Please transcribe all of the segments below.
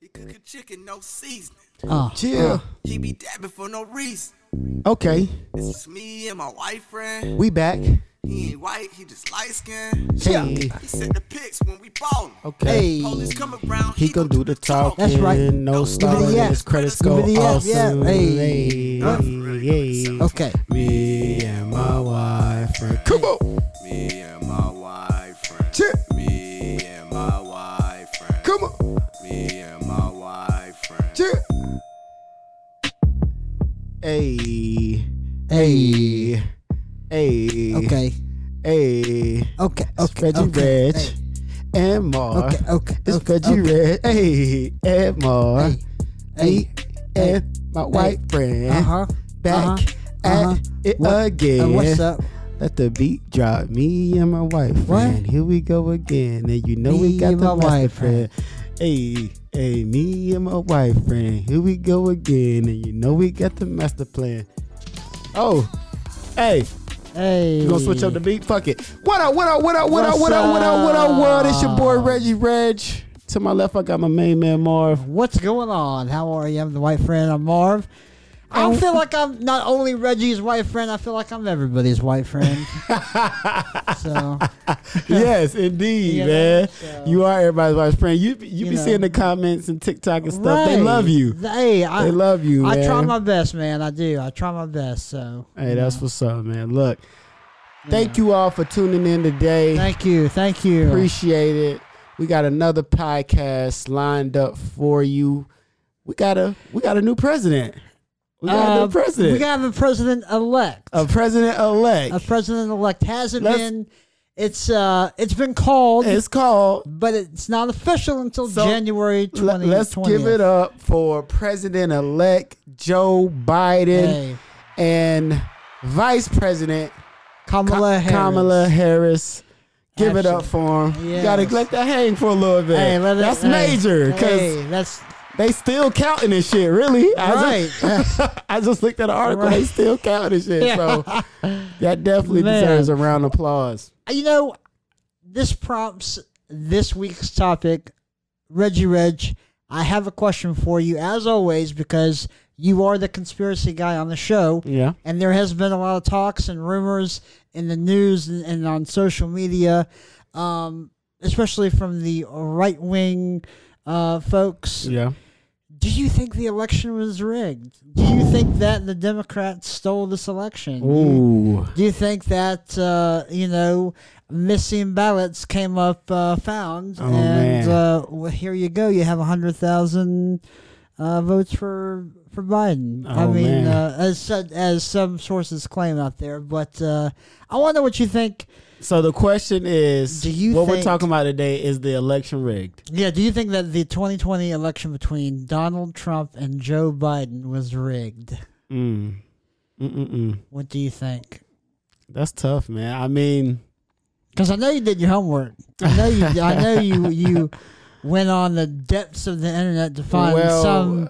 He cook a chicken, no seasoning. Oh. Uh, Chill. He be dabbing for no reason. Okay, It's just me and my white friend. we back. He ain't white, he just light skinned. Hey. He sent the pics when we ballin'. Okay. Hey. Police come around, He gon' do the talking. That's right. No Scoobity stopping. yap. His credits go Scoobity yap, awesome. yap. Hey. Hey. That's really hey. good. Okay. Me and my wife. are- Come on. Me and my white friend. Chill. Me and my white friend. Come on. Me and my white friend. Chill. Hey. Hey. Hey. okay. Hey. Okay. It's Okay. Reggie okay, Reg hey, and Mar. Okay. Okay. It's okay, Reggie okay. Reg. Hey. And Mar. Hey. Hey. Me and my white friend. Uh huh. Back Uh-huh. at Uh-huh. it What- again. Uh, what's up? Let the beat drop. Me and my wife. What? friend. Here we go again. And you know we Me got and the my wife wife friend. Hey, hey, me and my wife friend. Here we go again. And you know we got the master plan. Oh, hey, Hey. you gonna switch up the beat? Fuck it. What up, what up, what up, what up, What's what up, what up, what up, world? It's your boy up? Reggie Reg. To my left, I got my main man Marv. What's going on? How are you? I'm the white friend. I'm Marv. I Oh. don't feel like I'm not only Reggie's white friend. I feel like I'm everybody's white friend. so yes, indeed, You know, man. so- You are everybody's wife's friend. You be- you, You be know. seeing the comments and TikTok and stuff. They Right. love you. Hey, I, They love you. I try man. my best, man. I do. I try my best. So Hey, that's what's up, man. Look, thank you all for tuning in today. thank you, thank you. Appreciate it. We got another podcast lined up for you. We got a we got a new president. We got Uh, a new president. We have a president elect. a president elect. a president elect hasn't Let's- been. It's uh, it's been called, it's called. but it's not official until So, January le- twenty. let's give it up for President elect Joe Biden Hey, and Vice President Kamala. Harris. Kamala Harris. Give it up for him. You gotta Yes. let that hang for a little bit. Hey, let it- That's hey, major because Hey, that's they still counting this shit. Really, I right. just, I just looked at an article. They Right. still counting shit. So that definitely Man. deserves a round of applause. you know, this prompts this week's topic, Reggie Reg. I have a question for you, as always, because you are the conspiracy guy on the show. Yeah. and there has been a lot of talks and rumors in the news and, and on social media, um, especially from the right wing uh, folks. Yeah. Do you think the election was rigged? Do you think that the Democrats stole this election? Do you- Ooh. Do you think that uh, you know missing ballots came up uh, found, Oh, man. and uh, well, here you go, you have hundred thousand uh, votes for for Biden. I Oh, mean, man. uh, as so- as some sources claim out there, but uh, I wonder what you think. So the question is, Do you what we're think- talking about today is the election rigged? Yeah, do you think that the 2020 election between Donald Trump and Joe Biden was rigged? Mm. Mm-mm-mm. What do you think? That's tough, man. I mean, Because I know you did your homework. I know you. I know you. You went on the depths of the internet to find Well, uh, some.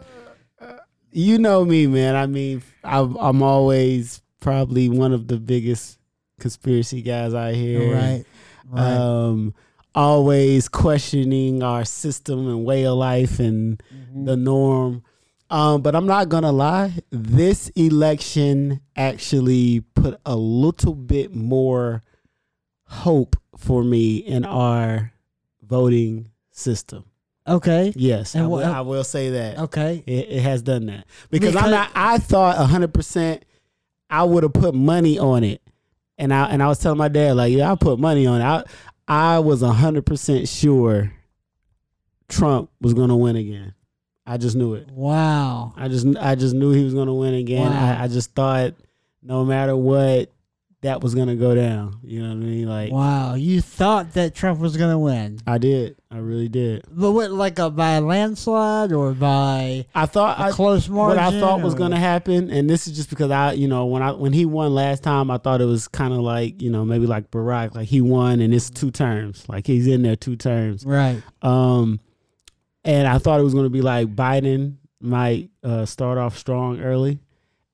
you know me, man. I mean, I'm, I'm always probably one of the biggest conspiracy guys out here. Right. Right. Um, always questioning our system and way of life and Mm. the norm. Um, but I'm not gonna lie, this election actually put a little bit more hope for me in our voting system. okay. Yes, I And what- will- I will say that. Okay. It, it has done that because, I'm Because- not. I thought 100. percent I would have put money on it, and I and I was telling my dad like, yeah, I put money on it. I I was 100 percent sure Trump was gonna win again. I just knew it. Wow. I just I just knew he was gonna win again. Wow. I, I just thought no matter what, that was gonna go down. You know what I mean? Like Wow. You thought that Trump was going to win, I did. I really did. but what, like a by a landslide or by I thought a I, close margin? what I thought was or- going to happen, and this is just because I, you know, when I when he won last time, I thought it was kind of like you know maybe like Barack, like he won and it's two terms, like he's in there two terms. Right. Um, and I thought it was going to be like Biden might uh, start off strong early,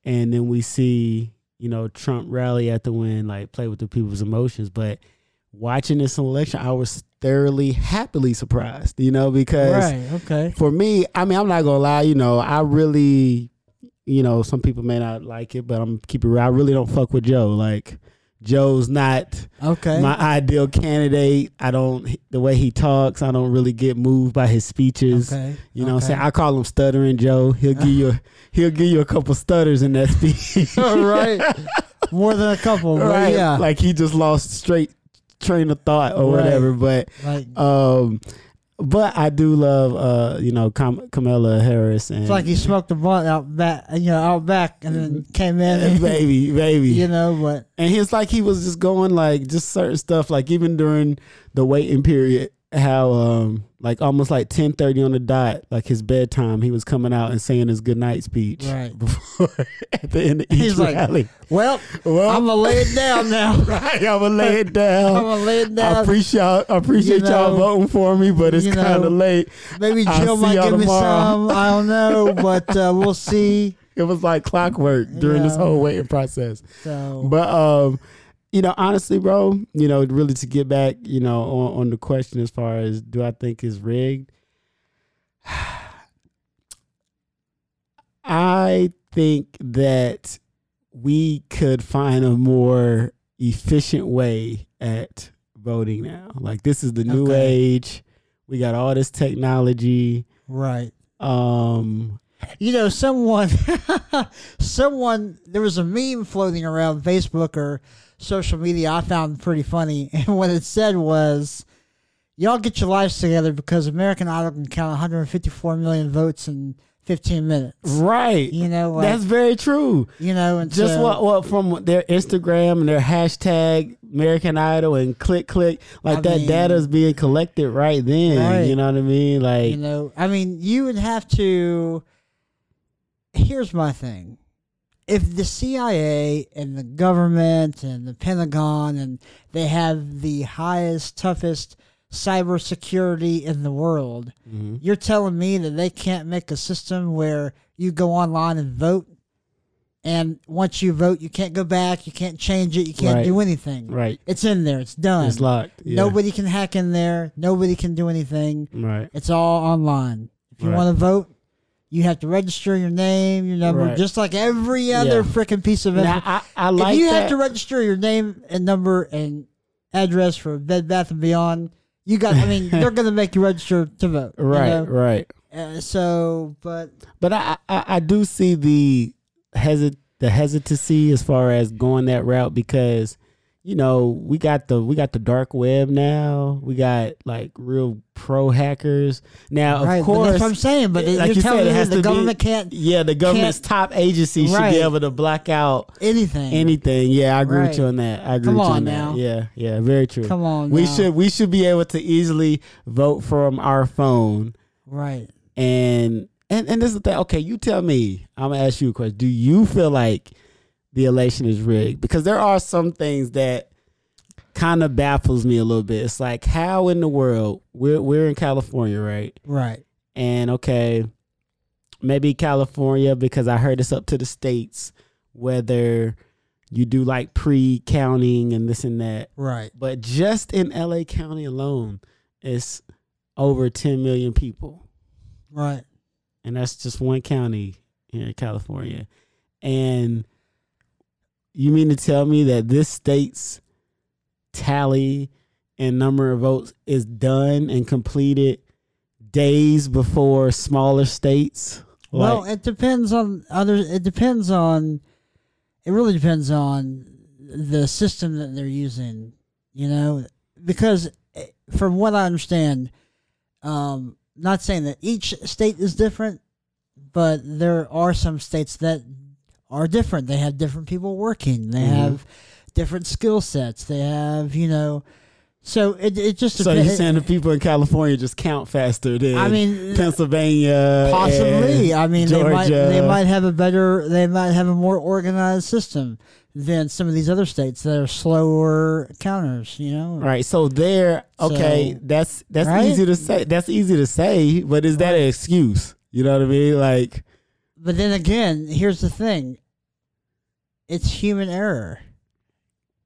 and then we see you know Trump rally at the win, like play with the people's emotions. But watching this election, I was thoroughly happily surprised, you know, because Right. Okay. for me, I mean, I'm not gonna lie, you know, I really, you know, some people may not like it, but I'm keep it real. I really don't fuck with Joe. Like, Joe's not Okay. my ideal candidate. I don't the way he talks. I don't really get moved by his speeches. okay. You know, what I'm okay. saying I call him stuttering Joe. He'll give you a, he'll give you a couple stutters in that speech. All right. More than a couple. but right? Yeah. Like he just lost straight train of thought or Right. whatever. But Like, um, but I do love uh, you know, Cam- Camilla Harris and it's like he smoked a blunt out back, you know, out back, and then Mm-hmm. came in. and And, baby, baby. you know, but And he's like he was just going like just certain stuff, like even during the waiting period, how um like almost like ten thirty on the dot, like his bedtime, he was coming out and saying his goodnight speech Right. before at the end of each He's like, rally. well, Well- I'm gonna lay it down now. I'm right, I'ma lay it down. gonna lay it I down. appreciate y'all, I appreciate You y'all know, voting for me, but it's you know, kind of late. Maybe I'll Jill see might y'all give me tomorrow. some. I don't know, but uh, we'll see. It was like clockwork during this Yeah. whole waiting process. So But um, you know, honestly, bro, you know, really to get back, you know, on, on the question as far as do I think it's rigged? I think that we could find a more efficient way at voting now. Like this is the new Okay. age. We got all this technology. right. Um You know, someone, someone, there was a meme floating around Facebook or social media I found pretty funny. And what it said was, y'all get your lives together because American Idol can count 154 million votes in 15 minutes. right. You know, like, That's very true. you know, and Just so, what what from their Instagram and their hashtag American Idol and click click like I that mean- data is being collected right then. Right. You know what I mean? Like you know, I mean, you would have to. Here's my thing. If the CIA and the government and the Pentagon and they have the highest, toughest cybersecurity in the world, Mhm. you're telling me that they can't make a system where you go online and vote, and once you vote, you can't go back, you can't change it, you can't Right. do anything. right, It's in there, it's done. it's locked. Yeah. Nobody can hack in there, nobody can do anything. Right, It's all online. If you Right. want to vote, you have to register your name, your number, Right. just like every other Yeah. frickin' piece of now info. I, I like if you have that. to register your name and number and address for Bed Bath and Beyond, you got. I mean, they're gonna make you register to vote. you right, know? right. Uh, so, but But I, I I do see the hesit the hesitancy as far as going that route because you know we got the we got the dark web now. We got like real pro hackers now. right, of course, but that's what I'm saying. But like you're you telling said, it me has the to be- government can't Yeah, the government's top agency should Right. be able to block out anything. anything. Yeah, I agree Right. with you on that. I agree Come with you on on now. that. Yeah, yeah, very true. Come on, we now. should we should be able to easily vote from our phone right. and and and this is the thing. Okay, you tell me. I'm gonna ask you a question. Do you feel like the election is rigged? Because there are some things that kind of baffles me a little bit. It's like how in the world we're we're in California, right? Right. and okay, maybe California because I heard it's up to the states whether you do like pre counting and this and that. Right. But just in LA County alone, it's over 10 million people, Right. and that's just one county here in California. And you mean to tell me that this state's tally and number of votes is done and completed days before smaller states? well, Like- it depends on other. It depends on. It really depends on the system that they're using, you know, because eh, from what I understand, um, not saying that each state is different, but there are some states that are different. They have different people working. They Mhm. have different skill sets. They have, you know, so it it just so depen- you're saying the people in California just count faster than I mean, Pennsylvania? Possibly. and I mean, they might Uh, Georgia. they might have a better, they might have a more organized system than some of these other states that are slower counters. You know, Right, so there. Okay, So- that's that's Right? easy to say. That's easy to say, but is that an excuse? You know what I mean? Like, But then again, here's the thing: it's human error.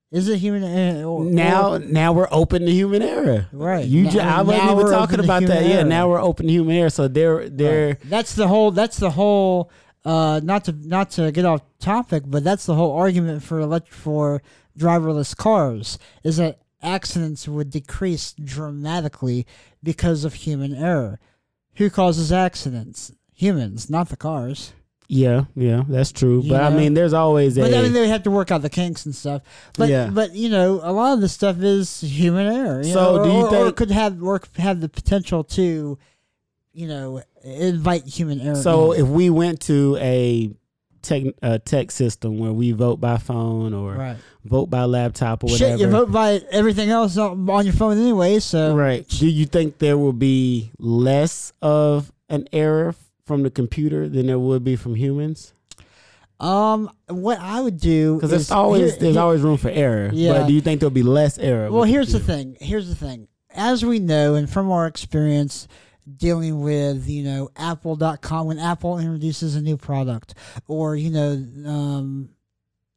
Is it human error? Or, now or- now we're open to human error. Right. You Now- ju- I wasn't now even we're open talking to about human that. Yeah, error. now we're open to human error. So they're they're that's the whole. That's the whole. Uh, not to not to get off topic, but that's the whole argument for elect for driverless cars is that accidents would decrease dramatically because of human error. Who causes accidents? Humans, not the cars. yeah, yeah, that's true. You but I know? mean there's always a But I mean, they have to work out the kinks and stuff. But Yeah. but you know, a lot of this stuff is human error. you So know, do you or, or think- it could have work have the potential to, you know, invite human error? so in. if we went to a tech a tech system where we vote by phone or right, vote by laptop or whatever. shit, you vote by everything else on on your phone anyway. So Right. Do you think there will be less of an error from the computer than there would be from humans? um, what I would do Because is- there's always here- there's here- always room for error. Yeah. But do you think there'll be less error? Well, with here's the computer? thing. Here's the thing. As we know, and from our experience dealing with, you know, Apple.com, when Apple introduces a new product or, you know, um,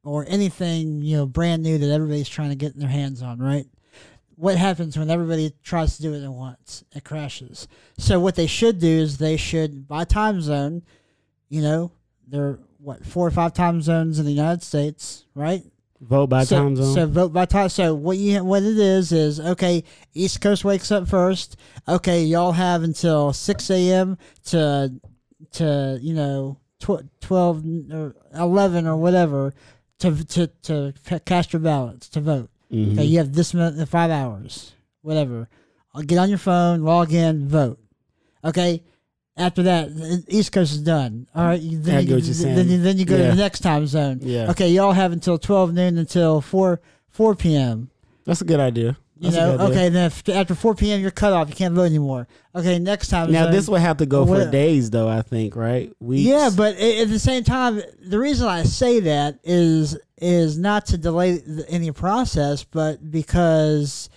or anything, you know, brand new that everybody's trying to get their hands on, right? What happens when everybody tries to do it at once? It crashes. So, what they should do is they should, by time zone, you know, they're what, four or five time zones in the United States, right? Vote by so, time zone. So vote by time. So what you what it is is okay. East Coast wakes up first. Okay, y'all have until six a.m. to to you know tw- twelve or eleven or whatever to to to p- cast your ballots to vote. Mhm. Okay, you have this minute, five hours, whatever. I'll get on your phone, log in, vote. Okay. After that, the East Coast is done. All right. you- Then I you, get what you're then, you, saying. then you go to Yeah. the next time zone. Yeah. Okay, y'all have until twelve noon until four four p.m. That's a good idea. You That's a know, good idea. okay. Then if, after four p.m. you're cut off. You can't vote anymore. Okay, next time. Now zone- this would have to go for Well- days, though. I think, right? Weeks. Yeah, but a- at the same time, the reason I say that is is not to delay th- any process, but because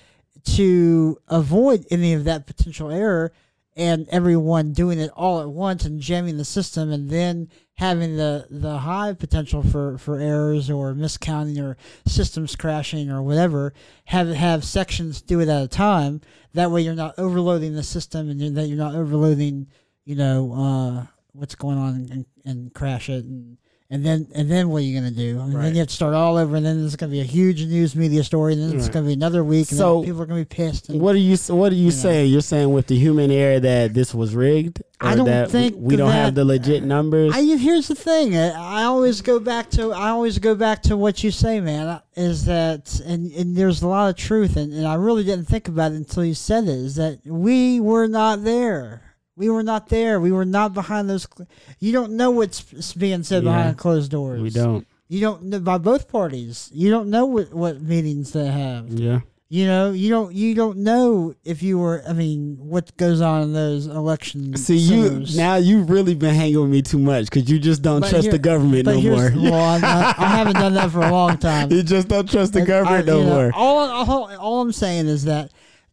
to avoid any of that potential error and everyone doing it all at once and jamming the system and then having the the high potential for for errors or miscounting or systems crashing or whatever have have sections do it at a time that way you're not overloading the system and you're, that you're not overloading you know uh what's going on and, and crash it and and then and then what are you going to do? I mean, Then Right. you have to start all over, and then there's going to be a huge news media story, and then it's Right. going to be another week, and So- then people are going to be pissed. And What are you? What are you know. saying? You're saying with the human error that this was rigged, I Or don't that think we don't have that- the legit numbers. I, here's the thing. I I always go back to I always go back to what you say, man. uh, Is that and, and there's a lot of truth, and, and I really didn't think about it until you said it. Is that we were not there. We were not there. We were not behind those. cl- You don't know what's being said Yeah. behind closed doors. we don't. You don't know by both parties. You don't know what, what meetings they have. Yeah. You know, you don't you don't know if you were. I mean, what goes on in those election? See you centers. now. You've really been hanging with me too much because you just don't But trust here- the government But no more. here's well, I'm not- I haven't done that for a long time. you just don't trust the And I- government no you know, more. All, all all I'm saying is that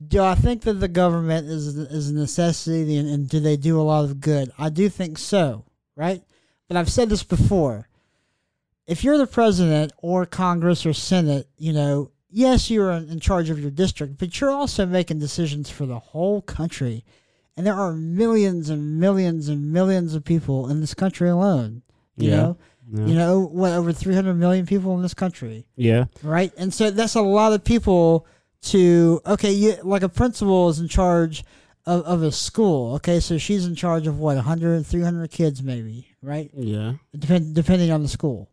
do I think that the government is is a necessity and, and do they do a lot of good? I do think so, right? But I've said this before. If you're the president or Congress or Senate, you know, yes, you're in in charge of your district, but you're also making decisions for the whole country. And there are millions and millions and millions of people in this country alone. You Yeah. know, Yeah. you know, what over 300 million people in this country yeah. right? And so that's a lot of people to okay, you, like a principal is in charge of, of a school. Okay, so she's in charge of what 100, 300 kids maybe, right? Yeah. Depend, depending on the school.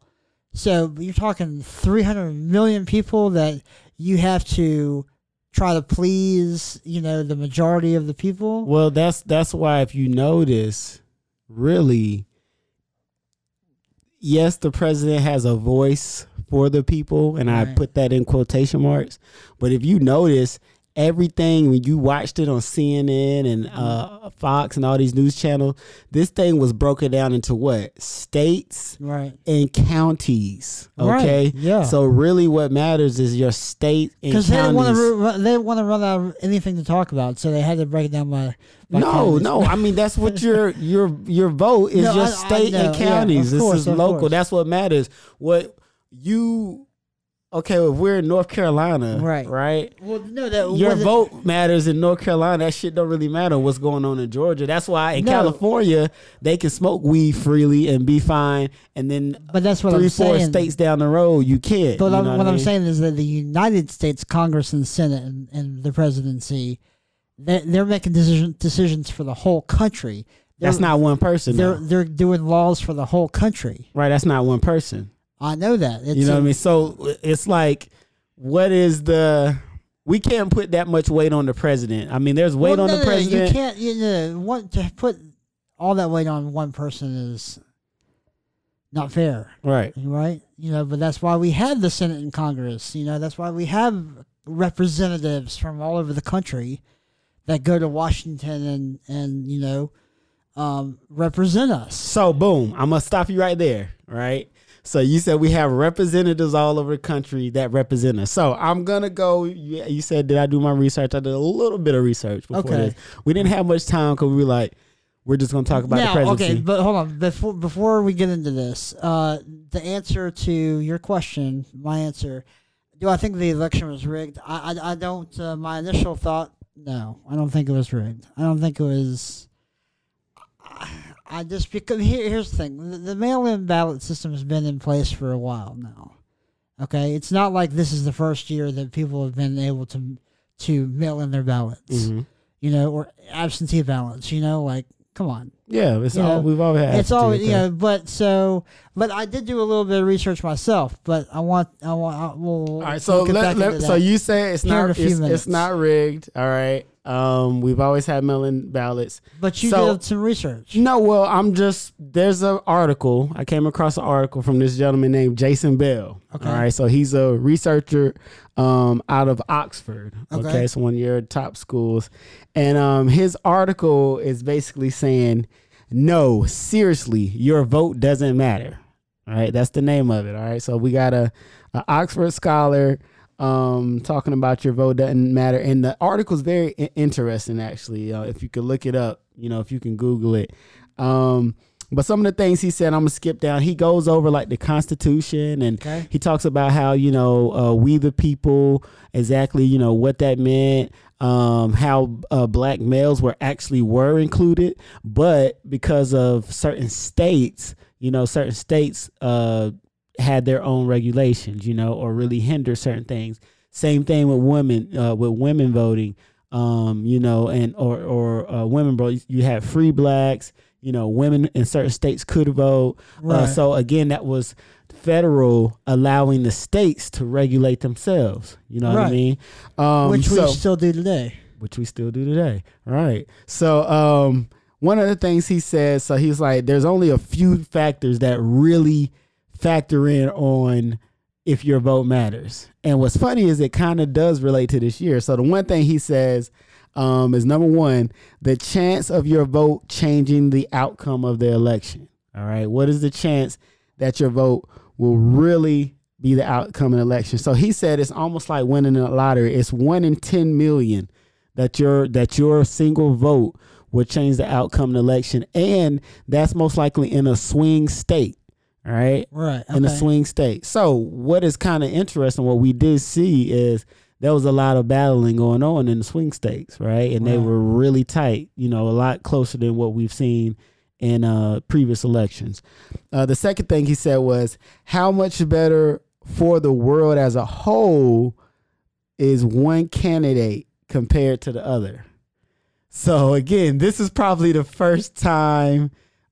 So you're talking 300 million people that you have to try to please, you know, the majority of the people. Well, that's that's why if you notice, really, yes, the president has a voice for the people, and I Right. put that in quotation marks. But if you notice, everything when you watched it on CNN and uh, Fox and all these news channels, this thing was broken down into what states Right. and counties. Right, Okay, yeah. So really, what matters is your state and Because counties. they didn't want to, they didn't want to run out of anything to talk about, so they had to break it down by. by No, counties. no. I mean, that's what your your your vote is No, your I- I state know. and Yeah, of counties. this course, is of local. course. That's what matters. What you okay, well, we're in North Carolina, Right. Right. Well, no, that Your wasn't- vote matters in North Carolina. That shit don't really matter what's going on in Georgia. That's why in No. California they can smoke weed freely and be fine, and then But that's what 3 I'm four saying. states down the road you can't. But you I'm, know what, I I'm mean? saying is that the United States Congress and Senate and, and the presidency, they're, they're making decision, decisions for the whole country. They're, that's not one person, They're though. they're doing laws for the whole country. right? That's not one person. I know that. It's you know a- what I mean? So it's like, what is the? We can't put that much weight on the president. I mean, there's weight Well, on no, the no, no, president. You can't. You know, want to put all that weight on one person is not fair. Right. right? You know, but that's why we have the Senate and Congress. You know, that's why we have representatives from all over the country that go to Washington and and you know um, represent us. So boom, I'm gonna stop you right there, right? So you said we have representatives all over the country that represent us. So I'm gonna go. You you said did I do my research? I did a little bit of research before Okay. this. We didn't have much time because we were like, we're just gonna talk about the Now, presidency. okay, but hold on before before we get into this, uh, the answer to your question, my answer, do I think the election was rigged? I I, I don't. Uh, my initial thought, no, I don't think it was rigged. I don't think it was. I, I just because here, here's the thing: the, the mail-in ballot system has been in place for a while now. Okay, it's not like this is the first year that people have been able to to mail in their ballots, Mm-hmm. you know, or absentee ballots. You know, like come on. yeah, it's you all know, we've all had. It's to do all with you that. know, but so, but I did do a little bit of research myself. But I want, I want, I, we'll. All right, so let, let, so you say it's Here in not a few it's, minutes. it's not rigged. All right, um, we've always had mail-in ballots. but you so- did some research. No, well, I'm just there's an article. I came across an article from this gentleman named Jason Bell. Okay. All right, so he's a researcher um, out of Oxford. Okay. Okay. so one of your top schools, and um, his article is basically saying, no, seriously, your vote doesn't matter. All right, that's the name of it. All right, so we got a, a Oxford scholar um, talking about your vote doesn't matter, and the article's very i- interesting actually. Uh, if you could look it up, you know, if you can Google it. Um, but some of the things he said, I'm gonna skip down. He goes over like the Constitution, and Okay. he talks about how you know uh, we the people exactly, you know what that meant, um, how uh, black males were actually were included, but because of certain states, you know, certain states uh, had their own regulations, you know, or really hinder certain things. Same thing with women, uh, with women voting, um, you know, and or or uh, women, bro. You had free blacks, you know, women in certain states could vote. Uh, Right. so again, that was federal allowing the states to regulate themselves. You know what Right. I mean? Um, which so- we still do today. which we still do today. All right. So, um, one of the things he says, so he's like, there's only a few factors that really factor in on if your vote matters. And what's funny is it kind of does relate to this year. So, the one thing he says um, is number one, the chance of your vote changing the outcome of the election. All right. What is the chance that your vote will really be the outcome of the election? So, he said it's almost like winning a lottery, it's one in 10 million that your that your single vote will change the outcome of the election and that's most likely in a swing state all right Right. in a okay. swing state so what is kind of interesting what we did see is there was a lot of battling going on in the swing states right and they Right. were really tight you know a lot closer than what we've seen in uh, previous elections uh, the second thing he said was how much better for the world as a whole is one candidate compared to the other. So again, this is probably the first time,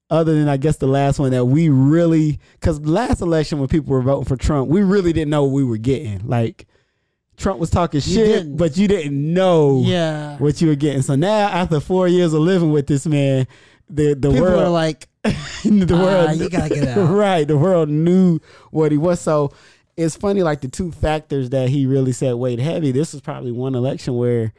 other than I guess the last one, that we really because last election when people were voting for Trump, we really didn't know what we were getting. Like Trump was talking shit, didn't. but you didn't know Yeah. what you were getting. So now after four years of living with this man, the the People world are like, the world Ah, you gotta get out. right the world knew what he was so it's funny like the two factors that he really said weighed heavy this was probably one election where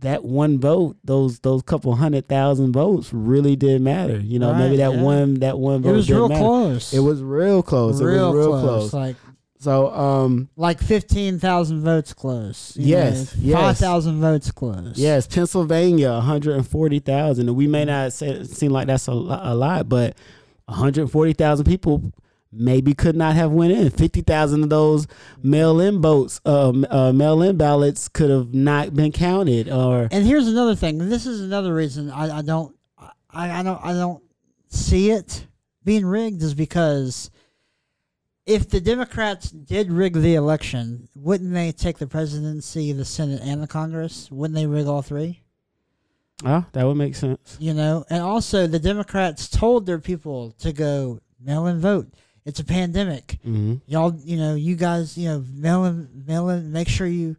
that one vote those those couple hundred thousand votes really did matter you know maybe Right, that yeah. one that one it vote was did real matter. close. it was real close it was real close, Like so um like fifteen thousand votes close. you Yes, know, yes. Five thousand votes close. Yes, Pennsylvania, 140,000. And we may not say, seem like that's a, lo- a lot, but 140,000 people maybe could not have went in. Fifty thousand of those mail-in votes, um, uh, mail-in ballots could have not been counted, or And here's another thing. This is another reason I, I don't I, I don't I don't see it being rigged is because if the Democrats did rig the election, wouldn't they take the presidency, the Senate, and the Congress? Wouldn't they rig all three? oh, that would make sense. You know, and also the Democrats told their people to go mail and vote. It's a pandemic. Mm-hmm. Y'all, you know, you guys, you know, mail in, mail in, make sure you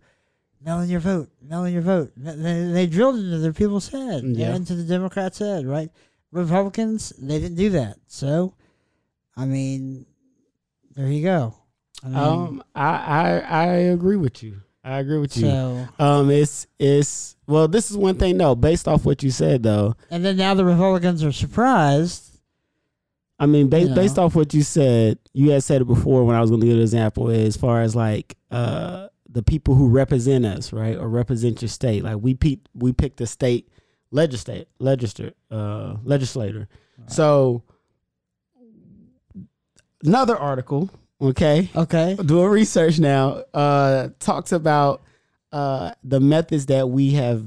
mail in your vote, mail in your vote. They, they drilled into their people's head, Mm, Yeah. into the Democrats' head, right? Republicans, they didn't do that. So, I mean, there you go. I mean, Um, I, I I agree with you. I agree with you. so, Um, it's it's well, this is one thing though. Based off what you said though, and then now the Republicans are surprised. I mean, ba- Yeah. based off what you said, you had said it before when I was going to give an example as far as like uh, the people who represent us, right, or represent your state. Like we pe- we pick the state legislate legislator uh, legislator. So another article, okay, Okay. doing research now uh talks about uh the methods that we have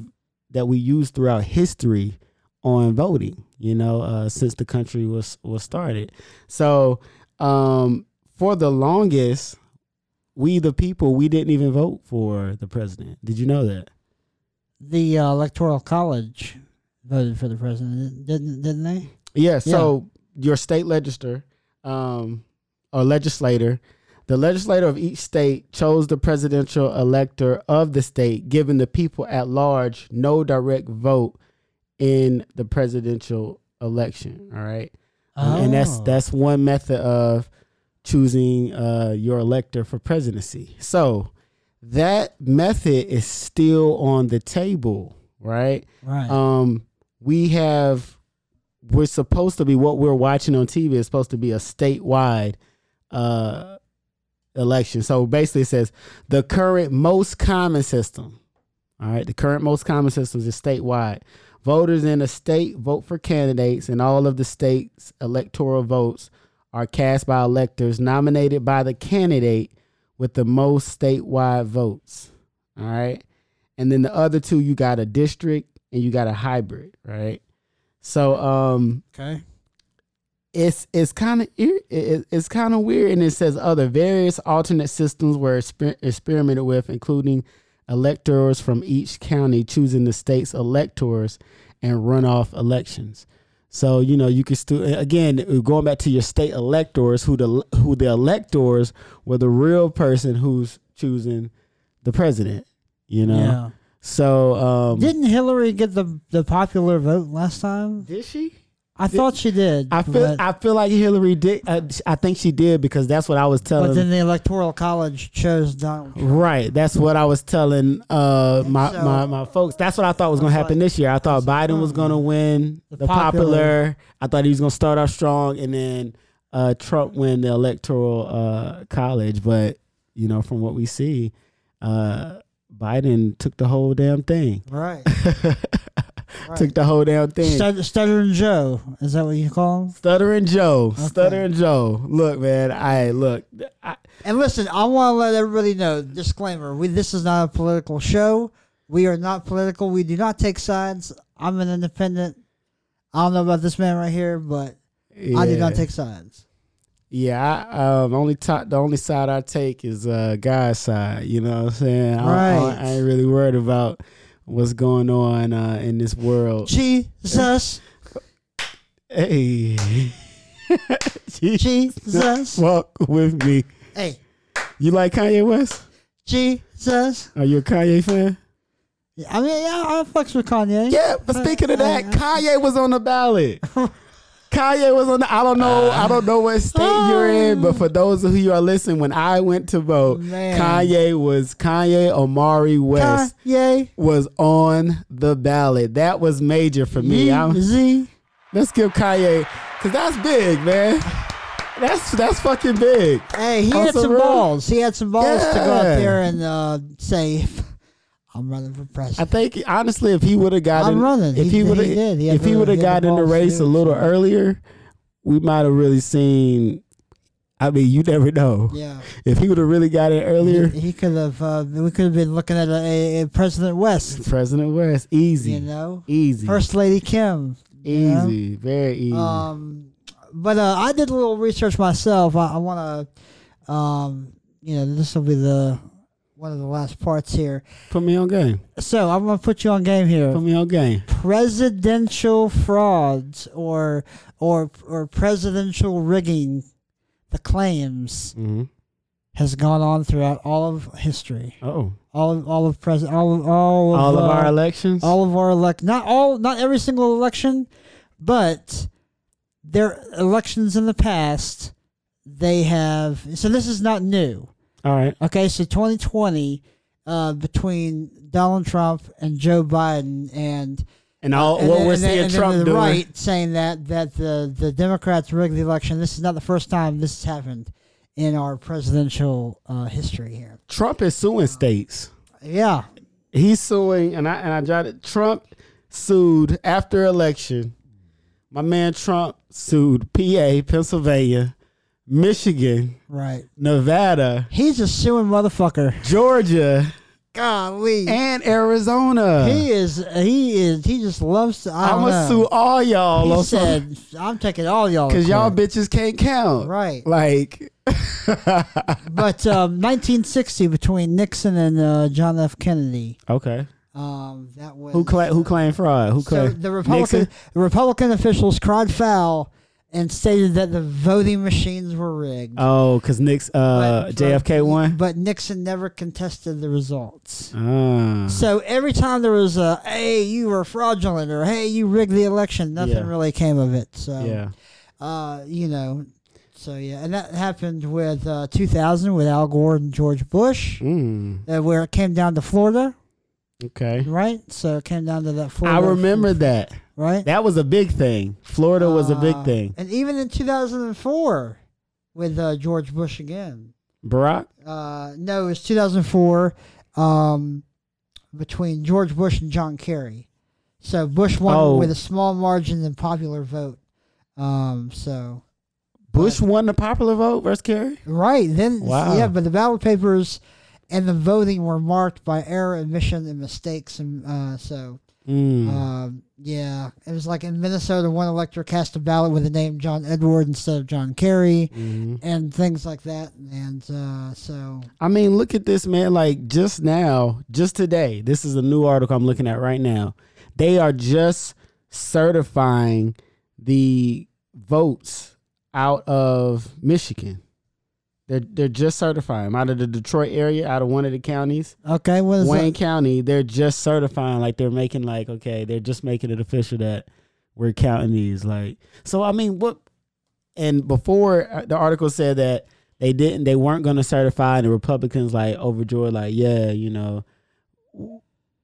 that we use throughout history on voting you know uh since the country was was started so um for the longest we the people we didn't even vote for the president did you know that The uh, Electoral College voted for the president, didn't didn't they? Yeah. So your state legislator, um, or legislator, the legislator of each state chose the presidential elector of the state, giving the people at large no direct vote in the presidential election. All right. And that's Oh. that's one method of choosing uh, your elector for presidency. So that method is still on the table, right? right. um, we have we're supposed to be what we're watching on TV is supposed to be a statewide uh, election. So basically, it says the current most common system. All right, the current most common system is statewide. Voters in a state vote for candidates, and all of the state's electoral votes are cast by electors nominated by the candidate with the most statewide votes. All right. And then the other two, you got a district and you got a hybrid, right? So um okay. it's it's kind of it's kind of weird and it says other various alternate systems were exper- experimented with including electors from each county choosing the state's electors and runoff elections so you know you can still again uh, going back to your state electors who the who the electors were the real person who's choosing the president you know Yeah. so um Didn't Hillary get the the popular vote last time? did she I thought she did. I feel but, I feel like Hillary did. Uh, I think she did because that's what I was but telling. then the Electoral College chose Donald. Trump. Right, that's what I was telling uh And my, so- my my folks. That's what I thought was I was gonna happen like- this year. I thought Biden was gonna win The the, popular. popular. I thought he was gonna start off strong and then uh Trump win the electoral uh college. But you know, from what we see, uh Biden took the whole damn thing. Right. Right. Took the whole damn thing. Stud, Stuttering Joe. Is that what you call him? Stuttering Joe, Stuttering Joe. Look, man, I look. I, And listen, I want to let everybody know. Disclaimer: We this is not a political show. We are not political. We do not take sides. I'm an independent. I don't know about this man right here, but I do yeah. not take sides. Yeah, I, um, only top, the only side I take is uh, God's side. You know what I'm saying? I, I, Right. I ain't really worried about what's going on uh, in this world. Jesus, Hey, Jesus, Jesus. walk with me. Hey, You like Kanye West? Jesus. Are you a Kanye fan? I mean, yeah, I fucks with Kanye. Yeah, but Uh, speaking of that, Kanye was on the ballot. Oh. Kanye was on the, I don't know, I don't know what state you're in, but for those of you who are listening, when I went to vote, Man. Kanye was Kanye Omari West Kanye. was on the ballot. That was major for me. I'm, Yeezy. let's give Kanye, cause that's big, man. That's that's fucking big. Hey, he had Also some real. balls. He had some balls to go out Yeah. there and uh, say, "I'm running for I president." think honestly, if he would have I'm gotten, running. He- if he would he did. have, He had if he the- would he have had the gotten in the balls to race do a it, little so. earlier, we might have really seen. I mean, you never know. Yeah, If he would have really got it he, earlier, he could have. Uh, we could have been looking at a, a, a President West. President West, easy, You know, easy, First Lady Kim. easy, know? very easy. Um, but uh, I did a little research myself. I, I want to, um, you know, this will be the one of the last parts here. put me on game. So I'm gonna put you on game Put here. me on game. Presidential frauds or or or presidential rigging, the claims Mm-hmm. has gone on throughout all of history. Oh, All of, all of president all of, all of, all of uh, our elections. all of our elect not all not every single election but their elections in the past they have so this is not new all right. okay so 2020 uh, between Donald Trump and Joe Biden and, And all and what then- we're and then- seeing and then Trump the doing. right saying that that the the Democrats rigged the election this is not the first time this has happened in our presidential uh, history here Trump is suing states. yeah He's suing, and I and I jotted Trump sued after election. My man Trump sued PA, Pennsylvania, Michigan, right Nevada, he's a suing motherfucker Georgia, golly and Arizona. He is. He is. He just loves to. I I'm don't gonna know. sue all y'all He on something said, "I'm taking all y'all." to because y'all court." bitches can't count. Right. Like but um, 1960 between Nixon and uh, John F. Kennedy. okay, Um, that was who cla- who claimed fraud? Who so claimed the Republican Nixon? the Republican officials cried foul and stated that the voting machines were rigged. Oh, because Nick's uh, But- JFK won. But Nixon never contested the results. Ah. So every time there was a "Hey, you were fraudulent" or "Hey, you rigged the election," nothing Yeah. really came of it. So Ah, yeah. uh, you know, so yeah, and that happened with uh, 2000 with Al Gore and George Bush, Mm, uh, where it came down to Florida, okay. right? So it came down to that I Florida. remember that. right? That was a big thing. Florida was a big Uh, thing. and even in 2004 with uh, George Bush again. Barack. Uh, no, it was 2004 um, between George Bush and John Kerry. So Bush won Oh. with a small margin and popular vote. Um, so Bush won the popular vote versus Kerry. Right. Then Wow. yeah, but the ballot papers and the voting were marked by error, omission, and mistakes, and uh, so Mm. um, yeah, it was like in Minnesota, one elector cast a ballot with the name John Edward instead of John Kerry, Mhm. and things like that, and uh, so I mean, look at this, man. Like just now, just today, this is a new article I'm looking at right now. They are just certifying the votes out of Michigan. They're, they're just certifying 'em out of the Detroit area, out of one of the counties. okay, what is Wayne that? County, they're just certifying, like they're making like, okay, they're just making it official that we're counting these. Like, so I mean, what? And before uh, the article said that they didn't, they weren't going to certify, and the Republicans like overjoyed, like, yeah, you know, w-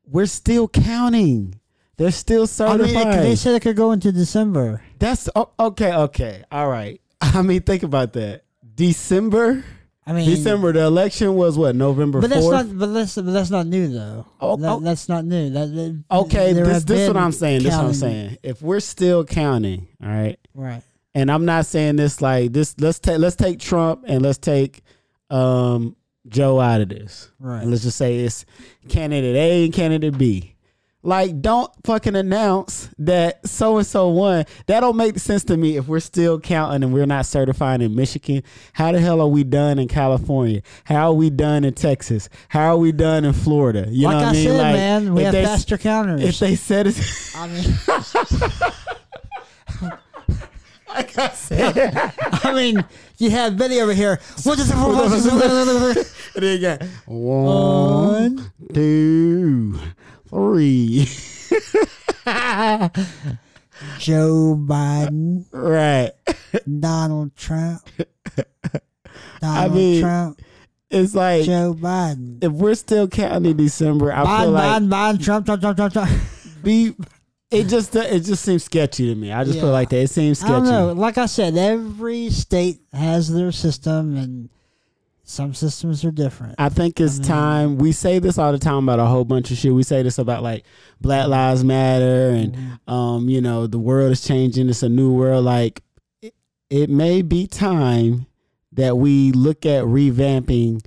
we're still counting. They're still I mean, certifying. it- they said it could go into December. That's oh, okay, okay, all right. I mean, think about that. December, I mean, December. The election was what November But that's fourth. not. But that's. But that's not new though. Oh, That- oh. That's not new. That, that- Okay, there this have this what been I'm saying. This what I'm counting- saying. If we're still counting, all right, Right. and I'm not saying this like this. Let's take let's take Trump and let's take um, Joe out of this. Right. And let's just say it's candidate A and candidate B. Like, don't fucking announce that so and so won. That don't make sense to me if we're still counting and we're not certifying in Michigan. How the hell are we done in California? How are we done in Texas? How are we done in Florida? You like know what I I mean? said, like, man, we if have they- faster counters. If they said it's I mean, Like I said. I mean, you have Betty over here. What is it? and then you got one, two, three. Joe Biden, right. Donald Trump, Donald mean, Trump, It's like Joe Biden. if we're still counting December, I feel Biden, like Biden, Biden, Trump, Trump, Trump, Trump, Trump. be it just it just seems sketchy to me. I just put Yeah. it like that. It seems I sketchy. don't know. Like I said, every state has their system, and some systems are different. I think Mm-hmm. it's time. We say this all the time about a whole bunch of shit. We say this about like Black Lives Matter and um, you know, the world is changing. It's a new world. Like it, it may be time that we look at revamping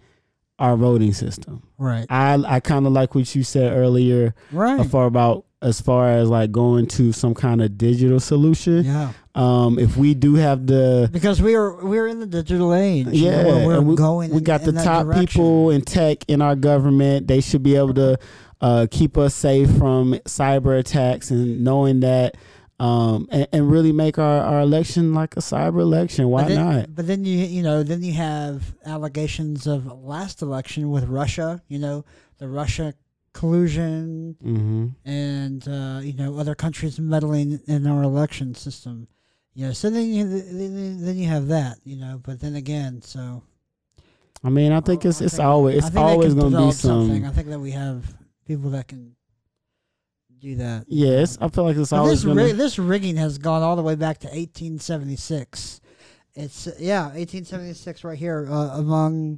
our voting system. Right. I I kind of like what you said earlier, Right. far about as far as like going to some kind of digital solution. Yeah. Um, if we do have the Because we are we're in the digital age. you know, yeah, where we're and we, going. We in- got in the that top direction. people in tech in our government. They should be able to uh, keep us safe from cyber attacks and knowing that, um, and, and really make our, our election like a cyber election. Why but then, not? But then you you know then you have allegations of last election with Russia. You know the Russia collusion Mm-hmm. and uh, you know other countries meddling in our election system. You know, so then you then then you have that. You know, but then again, so I mean, I think it's I it's think- always it's I think they always can going to be develop some. Something. I think that we have people that can do that. Yes, I feel like it's But always this going rig- to. this rigging has gone all the way back to 1876. It's yeah, 1876 right here uh, among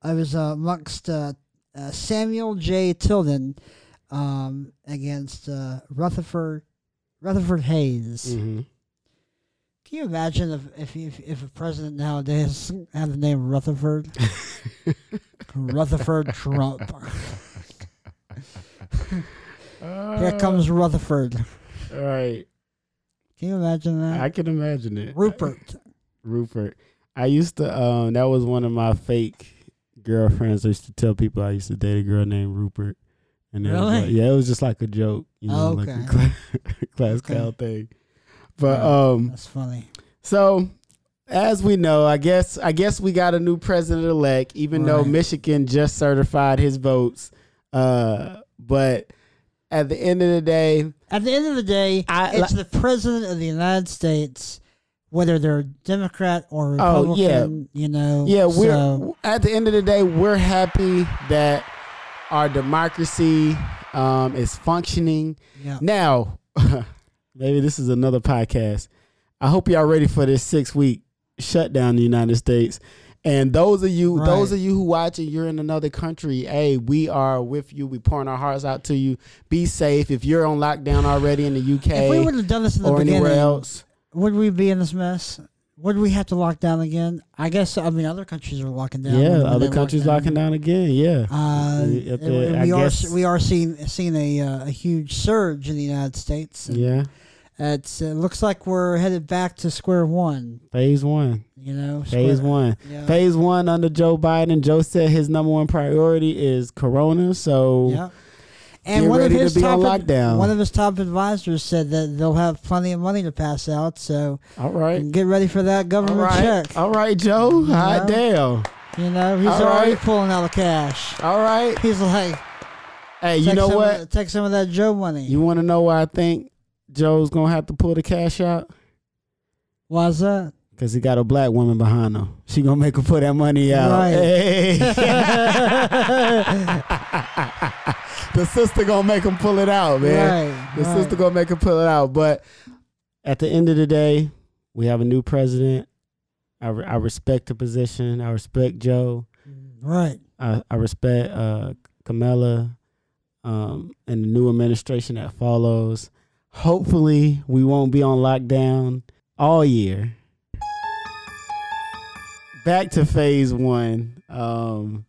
I was uh, amongst uh, uh, Samuel J. Tilden um, against uh, Rutherford Rutherford Hayes. hmm Can you imagine if if, if if a president nowadays had the name Rutherford? Rutherford Trump. Here comes Rutherford. All right, Can you imagine that? I can imagine it. Rupert. Rupert. I used to um that was one of my fake girlfriends. I used to tell people I used to date a girl named Rupert. And it was Really? like, yeah, it was just like a joke, you know, like a Okay. cla- class Okay. cow thing. But Yeah. um That's funny. so as we know, I guess I guess we got a new president elect, even though Right. Michigan just certified his votes. Uh but at the end of the day, At the end of the day, I it's the president of the United States, whether they're Democrat or Oh, yeah. Republican. You know. Yeah, we're so- at the end of the day, we're happy that our democracy um, is functioning. yeah. Now, maybe this is another podcast. I hope y'all ready for this six week shutdown in the United States. And those of you, Right. those of you who watch it, you're in another country. Hey, we are with you. We pouring our hearts out to you. Be safe. If you're on lockdown already in the If we would UK have done this in the or beginning, anywhere else, would we be in this mess? Would we have to lock down again? I guess. I mean, other countries are locking down. yeah, When they other lock countries locking down again. Yeah, Uh, Yeah, and the- I we are guess- we are seeing seeing a uh, a huge surge in the United States. and yeah. It's it looks like we're headed back to square one. Phase one. You know, Phase square- one. Yeah. Phase one under Joe Biden. Joe said his number one priority is Corona. So Yeah. And Get one ready of to his be top on lockdown. one of his top advisors said that they'll have plenty of money to pass out, so all right, get ready for that all government right, check. all right, Joe. Hot damn. You know, he's All already right. pulling out the cash. All right. He's like, Hey, take you know some what? Of, take some of that Joe money. You want to know why I think Joe's gonna have to pull the cash out? Why's that? Cause he got a black woman behind him. She gonna make him put that money out. Right. Hey. the sister gonna make him pull it out, man. Right. The right. sister gonna make him pull it out. But at the end of the day, we have a new president. I, re- I respect the position. I respect Joe. Right. I, I respect uh, Kamala um, and the new administration that follows. Hopefully, we won't be on lockdown all year. Back to phase one. Um,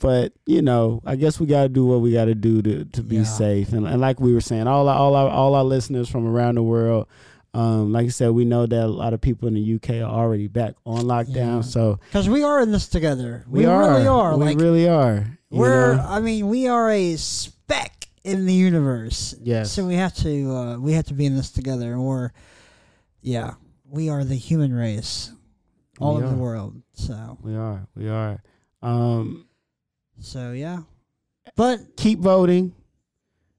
but you know, I guess we gotta do what we gotta do to, to be Yeah. safe. And, and like we were saying, all our, all our all our listeners from around the world, um, like I said, we know that a lot of people in the UK are already back on lockdown. Yeah. So Because we are in this together. we, We, really are. We like really are. you we're. know? I mean, we are a speck in the universe. Yes. So we have to. Uh, we have to be in this together. Or, yeah, we are the human race, all We over the are. world. So, We are. We are. Um, so yeah. But keep voting.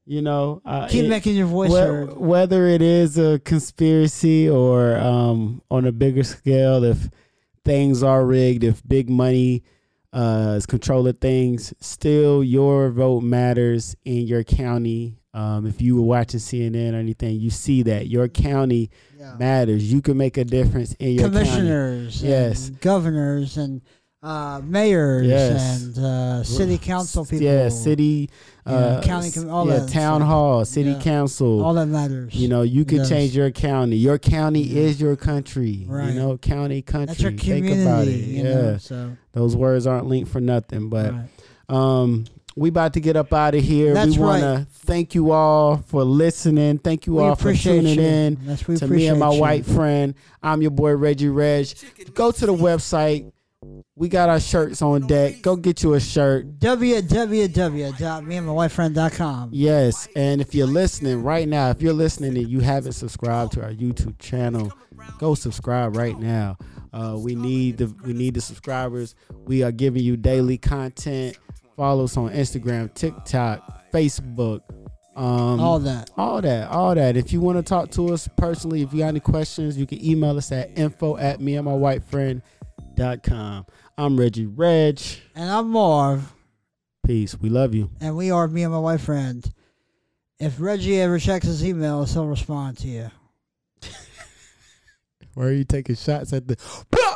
You know, uh, keep it- making your voice whe- heard. whether it is a conspiracy or um, on a bigger scale, if things are rigged, if big money uh, is controlling things, still your vote matters in your county. Um, if you were watching CNN or anything, you see that your county Yeah. matters. You can make a difference in your county. Commissioners, and Yes. governors, and uh, mayors Yes. and uh, city council people. yeah, city, Yeah, uh, county com- all yeah, that town stuff. hall, city Yeah. council. All that matters. You know, you can Yes. change your county. Your county is your country. Right. You know, county, country. that's your community. Think about it. You yeah. know, so Those words aren't linked for nothing. But right. um we about to get up out of here. That's we wanna thank you all for listening. Thank you we all for appreciate tuning you. in Yes, we to me and my appreciate you. white friend. I'm your boy Reggie Reg. Go to the website. We got our shirts on deck. Go get you a shirt. www.meandmywhitefriend.com. Yes, and if you're listening right now, if you're listening and you haven't subscribed to our YouTube channel, go subscribe right now. Uh, we need the we need the subscribers. We are giving you daily content. Follow us on Instagram, TikTok, Facebook, um, All that. all that, all that. If you want to talk to us personally, if you got any questions, you can email us at info at me and my white friend dot com. I'm Reggie Reg. And I'm Marv, Peace. We love you. and we are me and my white friend. If Reggie ever checks his emails, he'll respond to you. Where are you taking shots at the?